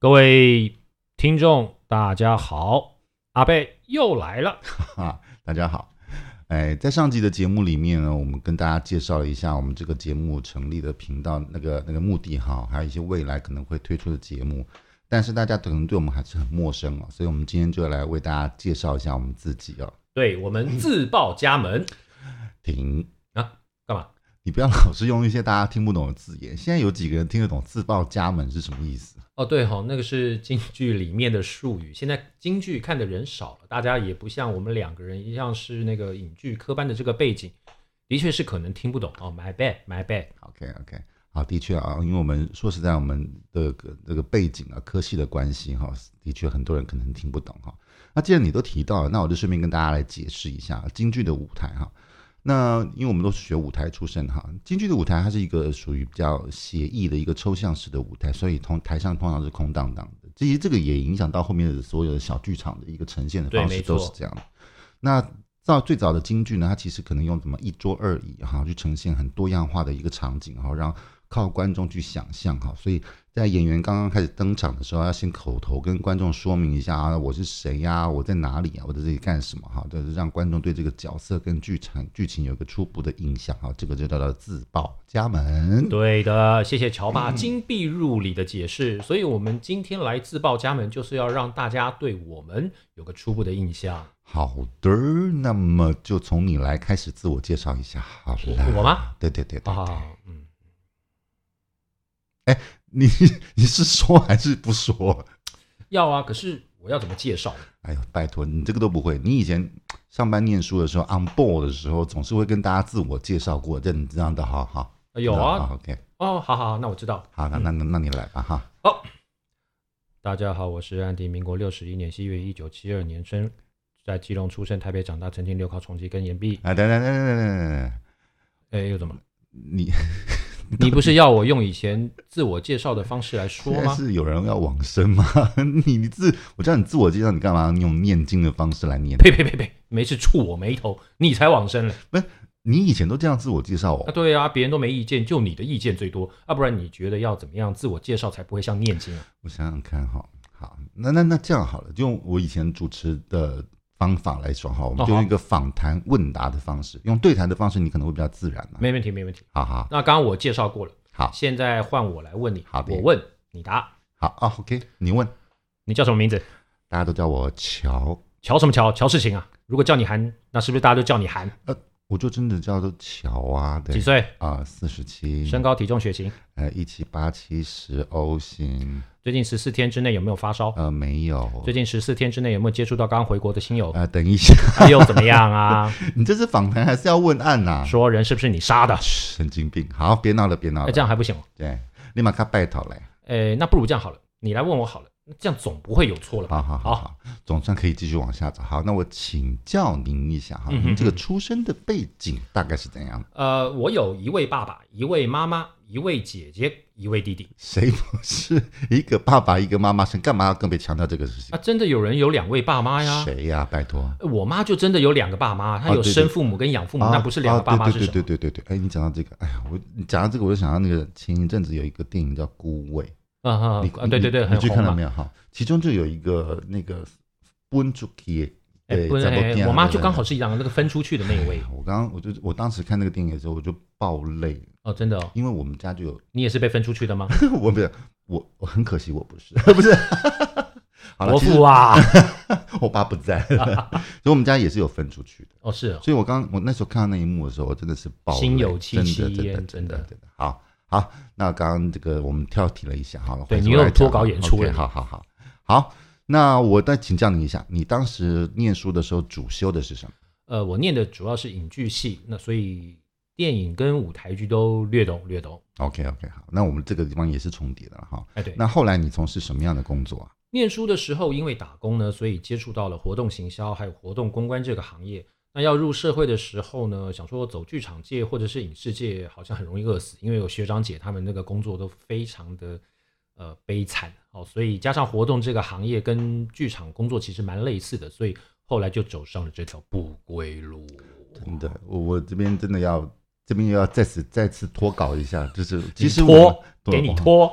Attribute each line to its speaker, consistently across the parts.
Speaker 1: 各位听众，大家好，阿贝又来了。
Speaker 2: 啊，大家好。哎，在上集的节目里面呢，我们跟大家介绍了一下我们这个节目成立的频道那个那个目的哈，还有一些未来可能会推出的节目，但是大家可能对我们还是很陌生哦，所以我们今天就来为大家介绍一下我们自己哦。
Speaker 1: 对我们自报家门，
Speaker 2: 停，
Speaker 1: 啊干嘛？
Speaker 2: 你不要老是用一些大家听不懂的字眼，现在有几个人听得懂“自报家门”是什么意思？
Speaker 1: 哦，对哈、那个是京剧里面的术语。现在京剧看的人少了，大家也不像我们两个人一样是那个影剧科班的这个背景，的确是可能听不懂哦。My bad，My bad。
Speaker 2: OK OK，好，的确啊，因为我们说实在，我们的个这个背景啊、科系的关系哈、的确很多人可能听不懂哈、那既然你都提到了，那我就顺便跟大家来解释一下京剧的舞台哈、那因为我们都是学舞台出身哈，京剧的舞台它是一个属于比较写意的一个抽象式的舞台，所以通台上通常是空荡荡的。其实这个也影响到后面的所有的小剧场的一个呈现的
Speaker 1: 对
Speaker 2: 方
Speaker 1: 没
Speaker 2: 式
Speaker 1: 错
Speaker 2: 都是这样的。那到最早的京剧呢，它其实可能用什么一桌二椅哈，去呈现很多样化的一个场景哈，让靠观众去想象哈。所以在演员刚刚开始登场的时候，要先口头跟观众说明一下啊，我是谁呀、我在哪里啊，我在这里干什么哈，就是让观众对这个角色跟剧场剧情有一个初步的印象哈。这个就叫做自报家门。
Speaker 1: 对的，谢谢乔 爸金碧入里的解释。所以，我们今天来自报家门，就是要让大家对我们有个初步的印象。
Speaker 2: 好的，那么就从你来开始自我介绍一下好了。
Speaker 1: 我吗？
Speaker 2: 对对对对对，
Speaker 1: 啊，嗯，
Speaker 2: 你你是说还是不说？
Speaker 1: 要啊。可是我要怎么介绍？
Speaker 2: 哎呦，拜托，你这个都不会。你以前上班念书的时候，on board 的时候，总是会跟大家自我介绍过，这你知道的哈哈。
Speaker 1: 呃有啊。嗯
Speaker 2: ，OK，
Speaker 1: 哦，好好，好那我知道。
Speaker 2: 好，那那那那你来吧哈。
Speaker 1: 大家好，我是安迪，民国六十一年七月一九七二年生，在基隆出生，台北长大，曾经留考重庆跟延毕。
Speaker 2: 啊，等等等等等等等，
Speaker 1: 哎，又怎么了？
Speaker 2: 你
Speaker 1: 你不是要我用以前自我介绍的方式来说
Speaker 2: 现在
Speaker 1: 吗？
Speaker 2: 是有人要往生吗？ 你你自我叫你自我介绍，你干嘛用念经的方式来念？
Speaker 1: 呸呸呸呸！没事，触我眉头，你才往生了。
Speaker 2: 你以前都这样自我介绍
Speaker 1: 啊，
Speaker 2: 哦。
Speaker 1: 对啊，别人都没意见，就你的意见最多。啊，不然你觉得要怎么样自我介绍才不会像念经啊？
Speaker 2: 我想想看哈，好，那那那这样好了，就用我以前主持的方法来说哈，我
Speaker 1: 哦
Speaker 2: 们就用
Speaker 1: 好
Speaker 2: 一个访谈问答的方式，用对谈的方式，你可能会比较自然嘛。
Speaker 1: 没问题，没问题。
Speaker 2: 好好
Speaker 1: 那刚刚我介绍过了，
Speaker 2: 啊好
Speaker 1: 现在换我来问你。
Speaker 2: 好的
Speaker 1: 我问你答，
Speaker 2: 好啊，OK，你问，
Speaker 1: 你叫什么名字？
Speaker 2: 大家都叫我乔，
Speaker 1: 乔什么乔？乔事情啊！如果叫你韩，那是不是大家都叫你韩？
Speaker 2: 我就真的叫做乔啊，
Speaker 1: 几
Speaker 2: 对
Speaker 1: 岁？
Speaker 2: 啊，四十七，
Speaker 1: 身高、体重、血型？
Speaker 2: 呃一七八七十 O 型，
Speaker 1: 最近十四天之内有没有发烧？
Speaker 2: 呃没有，
Speaker 1: 最近十四天之内有没有接触到刚回国的亲友？
Speaker 2: 呃等一下，
Speaker 1: 他又怎么样啊？
Speaker 2: 你这是访谈还是要问案呐、
Speaker 1: 说人是不是你杀的？
Speaker 2: 神经病，好，别闹了，别闹
Speaker 1: 那、
Speaker 2: 了，
Speaker 1: 这样还不行哦。
Speaker 2: 对，立马开拜讨嘞，
Speaker 1: 诶，那不如这样好了，你来问我好了，这样总不会有错了吧？
Speaker 2: 好好好好，总算可以继续往下走。好，那我请教您一下哈，
Speaker 1: 嗯哼
Speaker 2: 您这个出生的背景大概是怎样？
Speaker 1: 呃，我有一位爸爸，一位妈妈，一位姐姐，一位弟弟
Speaker 2: 谁不是一个爸爸一个妈妈生，干嘛要更别强调这个事情？
Speaker 1: 啊，真的有人有两位爸妈呀？
Speaker 2: 谁呀、拜托。
Speaker 1: 呃我妈就真的有两个爸妈，她
Speaker 2: 哦
Speaker 1: 有
Speaker 2: 对对
Speaker 1: 生父母跟养父母，
Speaker 2: 啊
Speaker 1: 嗯那不是两个爸妈
Speaker 2: 啊
Speaker 1: 是什
Speaker 2: 对
Speaker 1: 么？
Speaker 2: 对对对对对，哎，你讲到这个，哎呀，我你讲到这个，我就想到那个前一阵子有一个电影叫《孤味》，
Speaker 1: 啊啊
Speaker 2: 你
Speaker 1: 啊！对对对，
Speaker 2: 你你
Speaker 1: 很
Speaker 2: 去
Speaker 1: 红
Speaker 2: 看了
Speaker 1: 嘛
Speaker 2: 没。有哈？其中就有一个那个温竹基，
Speaker 1: 哎，
Speaker 2: 对
Speaker 1: 不是，
Speaker 2: 在
Speaker 1: 哎
Speaker 2: 那边
Speaker 1: 我妈
Speaker 2: 对
Speaker 1: 就
Speaker 2: 对
Speaker 1: 刚
Speaker 2: 对
Speaker 1: 好是养那个分出去的那一位
Speaker 2: 我刚刚我就我当时看那个电影的时候，我就爆泪，
Speaker 1: 哦，真的哦，
Speaker 2: 因为我们家就有，
Speaker 1: 你也是被分出去的吗？
Speaker 2: 我不是我，我很可惜我不是 不是。好了，
Speaker 1: 伯
Speaker 2: 其实
Speaker 1: 父 啊，
Speaker 2: 我爸不在， 所以我们家也是有分出去的。
Speaker 1: 哦是哦，
Speaker 2: 所以我刚我那时候看到那一幕的时候，我真的是爆泪
Speaker 1: 心有戚戚
Speaker 2: 真的真
Speaker 1: 焉
Speaker 2: 的
Speaker 1: 真
Speaker 2: 真
Speaker 1: 的
Speaker 2: 的真的好好。那刚刚这个我们跳题了一下，好了，
Speaker 1: 对
Speaker 2: 回头
Speaker 1: 你又
Speaker 2: 来讲
Speaker 1: 脱稿演出了
Speaker 2: OK，好好好好。那我再请教你一下，你当时念书的时候主修的是什么？
Speaker 1: 呃，我念的主要是影剧系，那所以电影跟舞台剧都略懂略懂。
Speaker 2: OK OK，好，那我们这个地方也是重叠的了哈。
Speaker 1: 哎，对，
Speaker 2: 那后来你从事什么样的工作啊？
Speaker 1: 念书的时候因为打工呢，所以接触到了活动行销还有活动公关这个行业。那要入社会的时候呢，想说走剧场界或者是影视界，好像很容易饿死，因为有学长姐他们那个工作都非常的呃悲惨哦，所以加上活动这个行业跟剧场工作其实蛮类似的，所以后来就走上了这条不归路。
Speaker 2: 真的，我我这边真的要这边又要再次再次脱稿一下，就是
Speaker 1: 你
Speaker 2: 其实
Speaker 1: 拖
Speaker 2: 我
Speaker 1: 给你，拖，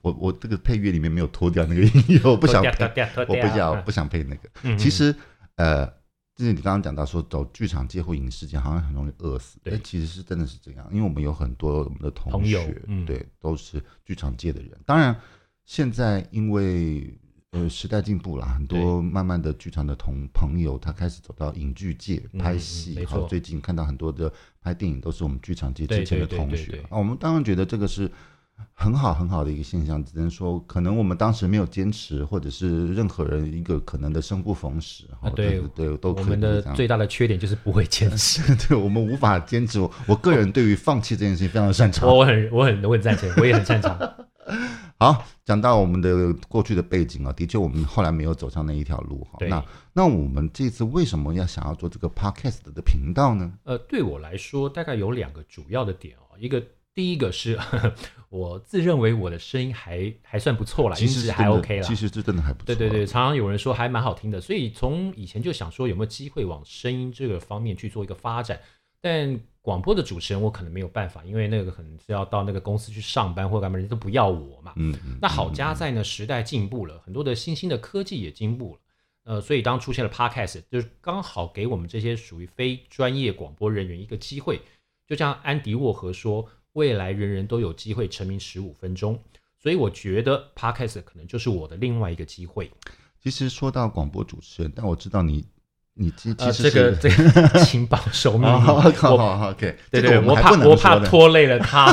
Speaker 2: 我我这个配乐里面没有脱掉那个音乐，我不想配，
Speaker 1: 我
Speaker 2: 我不想不想配那个。
Speaker 1: 嗯
Speaker 2: 其实呃，就是你刚刚讲到说走剧场界或影视界，好像很容易饿死，
Speaker 1: 对
Speaker 2: 但其实是真的是这样，因为我们有很多我们的同
Speaker 1: 朋友
Speaker 2: 学，
Speaker 1: 嗯
Speaker 2: 对，都是剧场界的人。当然，现在因为呃时代进步啦，很多
Speaker 1: 对
Speaker 2: 慢慢的剧场的同朋友，他开始走到影剧界
Speaker 1: 嗯
Speaker 2: 拍
Speaker 1: 嗯
Speaker 2: 戏，
Speaker 1: 没
Speaker 2: 好，
Speaker 1: 错
Speaker 2: 最近看到很多的拍电影都是我们剧场界
Speaker 1: 对
Speaker 2: 之前的
Speaker 1: 对对
Speaker 2: 同
Speaker 1: 对
Speaker 2: 学
Speaker 1: 对
Speaker 2: 啊，我们当然觉得这个是。很好很好的一个现象，只能说可能我们当时没有坚持，或者是任何人一个可能的生不逢时哈、
Speaker 1: 啊对
Speaker 2: 对对，都
Speaker 1: 我
Speaker 2: 可以
Speaker 1: 们的
Speaker 2: 这样
Speaker 1: 最大的缺点就是不会坚持。
Speaker 2: 对，我们无法坚持。我我个人对于放弃这件事情非常的擅长。
Speaker 1: 我我很我很我很赞成，我也很擅长。
Speaker 2: 好，讲到我们的过去的背景啊，的确我们后来没有走上那一条路哈。
Speaker 1: 对
Speaker 2: 那那我们这次为什么要想要做这个 podcast 的频道呢？
Speaker 1: 呃，对我来说，大概有两个主要的点哦。一个，第一个是 我自认为我的声音还还算不错啦，音
Speaker 2: 其实是
Speaker 1: 质还
Speaker 2: 真的
Speaker 1: OK 啦
Speaker 2: 其。实是真的还不错。啊
Speaker 1: 对对对，，常常有人说还蛮好听的，所以从以前就想说有没有机会往声音这个方面去做一个发展。但广播的主持人我可能没有办法，因为那个可能是要到那个公司去上班或干嘛，人家都不要我嘛。
Speaker 2: 嗯嗯，
Speaker 1: 那好家在呢，时代进步了，很多的新兴的科技也进步了，呃，所以当出现了 podcast，就是刚好给我们这些属于非专业广播人员一个机会。就像安迪沃荷说，未来人人都有机会成名十五分钟，所以我觉得 podcast 可能就是我的另外一个机会。
Speaker 2: 其实说到广播主持人，但我知道你你其
Speaker 1: 呃，
Speaker 2: 其实
Speaker 1: 这
Speaker 2: 是
Speaker 1: 个这 个请保守 秘密，
Speaker 2: 哦好好好
Speaker 1: 啊我
Speaker 2: 好 OK，
Speaker 1: 对
Speaker 2: 这
Speaker 1: 对，
Speaker 2: 个
Speaker 1: 我
Speaker 2: 们还
Speaker 1: 怕
Speaker 2: 不能
Speaker 1: 我怕
Speaker 2: 说的
Speaker 1: 拖累了他。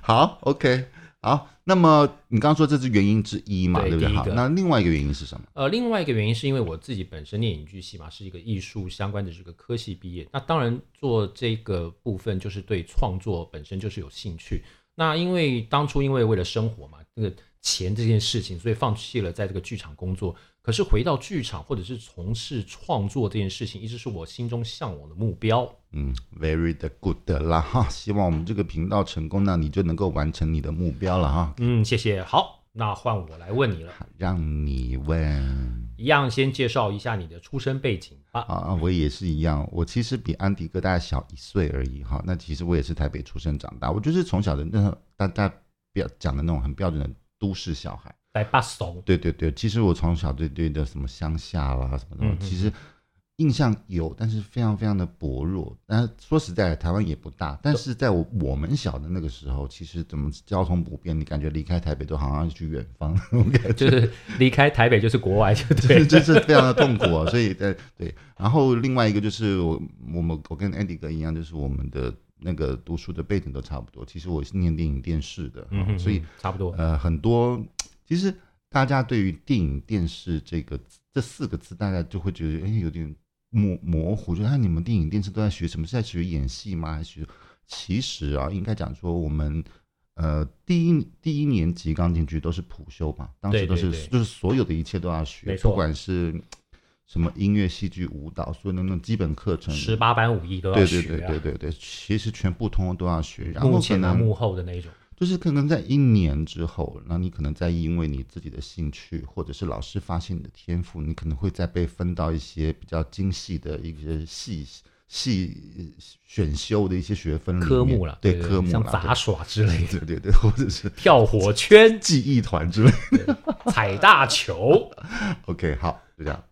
Speaker 2: 好，OK，好。那么你刚刚说这是原因之一嘛，
Speaker 1: 对
Speaker 2: 对不对？
Speaker 1: 第一
Speaker 2: 好，
Speaker 1: 个
Speaker 2: 那另外一个原因是什么？
Speaker 1: 呃，另外一个原因是因为我自己本身念影剧系嘛，是一个艺术相关的这个科系毕业。那当然做这个部分就是对创作本身就是有兴趣。那因为当初因为为了生活嘛，这个钱这件事情，所以放弃了在这个剧场工作。可是回到剧场或者是从事创作这件事情，一直是我心中向往的目标。
Speaker 2: 嗯，very 的 good 啦哈，希望我们这个频道成功，那你就能够完成你的目标了哈。
Speaker 1: 嗯，谢谢。好，那换我来问你了，
Speaker 2: 让你问
Speaker 1: 一样先介绍一下你的出身背景吧。
Speaker 2: 啊啊，我也是一样，我其实比安迪哥大概小一岁而已哈。那其实我也是台北出生长大，我就是从小的那种大大标讲的那种很标准的都市小孩。
Speaker 1: 来巴 怂，
Speaker 2: 对对对，其实我从小对对的什么乡下啦什么什
Speaker 1: 嗯
Speaker 2: 么，
Speaker 1: 嗯
Speaker 2: 其实印象有，但是非常非常的薄弱。但是说实在，台湾也不大，但是在我我们小的那个时候，其实怎么交通不便，你感觉离开台北都好像要去远 方那种感觉。
Speaker 1: 就是离开台北就是国外，就对
Speaker 2: 对，。这是非常的痛苦啊， 所以对对。然后另外一个就是我我们我跟 Andy 哥一样，就是我们的那个读书的背景都差不多。其实我是念电影电视的，
Speaker 1: 嗯哼，
Speaker 2: 啊所以
Speaker 1: 嗯差不多。
Speaker 2: 呃，很多其实大家对于电影、电视这个这四个字，大家就会觉得哎有点模模糊，就啊看你们电影、电视都在学什么？是在学演戏吗？还是学其实啊，应该讲说我们。呃，第一第一年级刚进去都是普修嘛，当时
Speaker 1: 对
Speaker 2: 都是
Speaker 1: 对对
Speaker 2: 就是所有的一切都要学
Speaker 1: 没，错
Speaker 2: 不管是什么音乐、戏剧、舞蹈，所有的那种基本课程，
Speaker 1: 十八般武艺都要
Speaker 2: 对
Speaker 1: 学、
Speaker 2: 对
Speaker 1: 啊，
Speaker 2: 对对对对，其实全部通通都要学。然后
Speaker 1: 幕
Speaker 2: 可
Speaker 1: 前啊
Speaker 2: 能
Speaker 1: 幕后的那一种，
Speaker 2: 就是可能在一年之后，那你可能在因为你自己的兴趣，或者是老师发现你的天赋，你可能会再被分到一些比较精细的一些系系选修的一些学分里面
Speaker 1: 科目了，
Speaker 2: 嗯对
Speaker 1: 对
Speaker 2: 科目
Speaker 1: 像
Speaker 2: 啦
Speaker 1: 杂耍之类的，
Speaker 2: 对对 对，或者是
Speaker 1: 跳火圈、
Speaker 2: 记忆团之类。
Speaker 1: 踩大球。
Speaker 2: OK，好，就这样。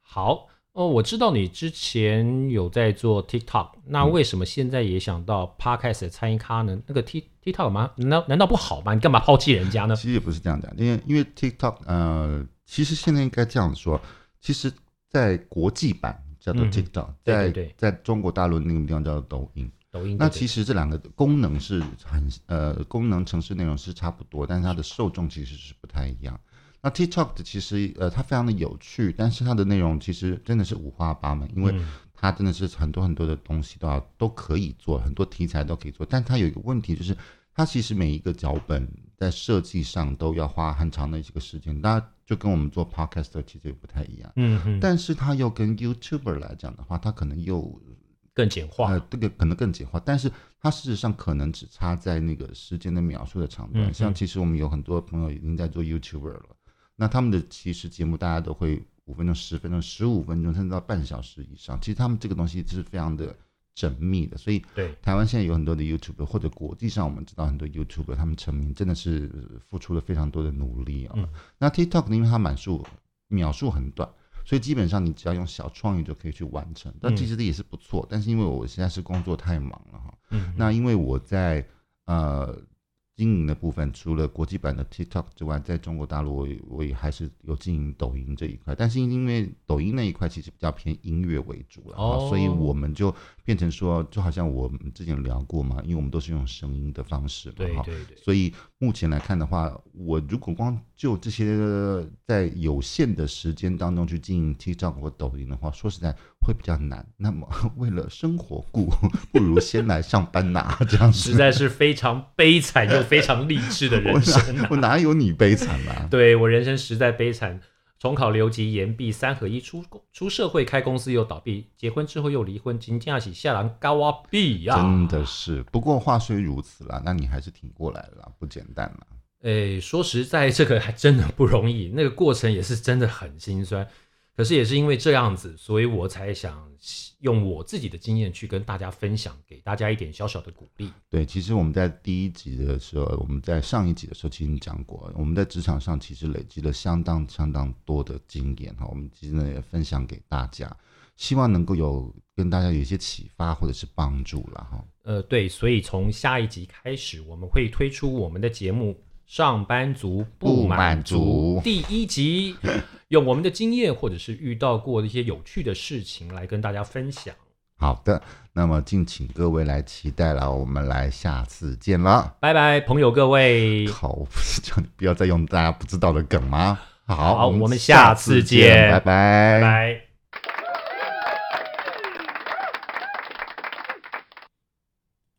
Speaker 1: 好，哦，我知道你之前有在做 TikTok，那
Speaker 2: 嗯
Speaker 1: 为什么现在也想到 Podcast 参与咖呢？那个 T TikTok 吗？难道难道不好吗？你干嘛抛弃人家呢？
Speaker 2: 其实也不是这样讲，因为因为 TikTok，呃，其实现在应该这样说，其实，在国际版叫做
Speaker 1: 嗯
Speaker 2: TikTok，、
Speaker 1: 对
Speaker 2: 在
Speaker 1: 对
Speaker 2: 在中国大陆那个地方叫做抖音。
Speaker 1: 抖音
Speaker 2: 那
Speaker 1: 对
Speaker 2: 其实这两个功能是很呃，功能城市内容是差不多，但是它的受众其实是不太一样。那 TikTok 的其实呃，它非常的有趣，但是它的内容其实真的是五花八门，因为
Speaker 1: 嗯
Speaker 2: 它真的是很多很多的东西都要都可以做，很多题材都可以做。但它有一个问题就是，它其实每一个脚本在设计上都要花很长的这个时间，那就跟我们做 podcast 其实也不太一样。
Speaker 1: 嗯嗯，
Speaker 2: 但是它又跟 YouTuber 来讲的话，它可能又
Speaker 1: 更简化，
Speaker 2: 呃，这个可能更简化，但是它事实上可能只差在那个时间的描述的长短。
Speaker 1: 嗯嗯
Speaker 2: 像其实我们有很多朋友已经在做 YouTuber 了，那他们的其实节目大家都会五分钟、十分钟、十五分钟，甚至到半小时以上。其实他们这个东西是非常的缜密的，所以
Speaker 1: 对，
Speaker 2: 台湾现在有很多的 YouTube，或者国际上我们知道很多 YouTube，他们成名真的是呃付出了非常多的努力啊、
Speaker 1: 嗯
Speaker 2: 那 TikTok 因为它满数秒数很短，所以基本上你只要用小创意就可以去完成。但
Speaker 1: 嗯
Speaker 2: 其实也是不错，但是因为我现在是工作太忙了哈，
Speaker 1: 嗯，
Speaker 2: 那因为我在呃经营的部分，除了国际版的 TikTok 之外，在中国大陆我也我也还是有经营抖音这一块，但是因为抖音那一块其实比较偏音乐为主了，
Speaker 1: 哦
Speaker 2: 所以我们就变成说，就好像我们之前聊过嘛，因为我们都是用声音的方式嘛，
Speaker 1: 对
Speaker 2: 哈
Speaker 1: 对对，
Speaker 2: 所以目前来看的话，我如果光就这些在有限的时间当中去经营 TikTok 或抖音的话，说实在会比较难。那么为了生活故， 不如先来上班呐， 这样
Speaker 1: 实
Speaker 2: 子。
Speaker 1: 在是非常悲惨又非常励志的人生啊
Speaker 2: 我哪有你悲惨啊？
Speaker 1: 对我人生实在悲惨，重考留级延毕，三合一出出社会开公司又倒闭，结婚之后又离婚，今天要起下郎高啊毕呀！
Speaker 2: 真的是，不过话虽如此啦，那你还是挺过来了啦，不简单啦。
Speaker 1: 诶，哎说实在，这个还真的不容易，那个过程也是真的很心酸。可是也是因为这样子，所以我才想用我自己的经验去跟大家分享，给大家一点小小的鼓励。
Speaker 2: 对，其实我们在第一集的时候，我们在上一集的时候，其实你讲过，我们在职场上其实累积了相当相当多的经验哈，我们今天也分享给大家，希望能够有跟大家有一些启发或者是帮助啦哈。
Speaker 1: 呃，对，所以从下一集开始，我们会推出我们的节目《上班族不
Speaker 2: 不满
Speaker 1: 满足
Speaker 2: 足》
Speaker 1: 第一 集，用我们的经验或者是遇到过的一些有趣的事情来跟大家分享。
Speaker 2: 好的，那么敬请各位来期待啦，我们来下次见啦。
Speaker 1: 拜拜，朋友各位，
Speaker 2: 好，我不是叫你不要再用大家不知道的梗吗？好，
Speaker 1: 好我们下次见
Speaker 2: 拜拜
Speaker 1: 拜拜。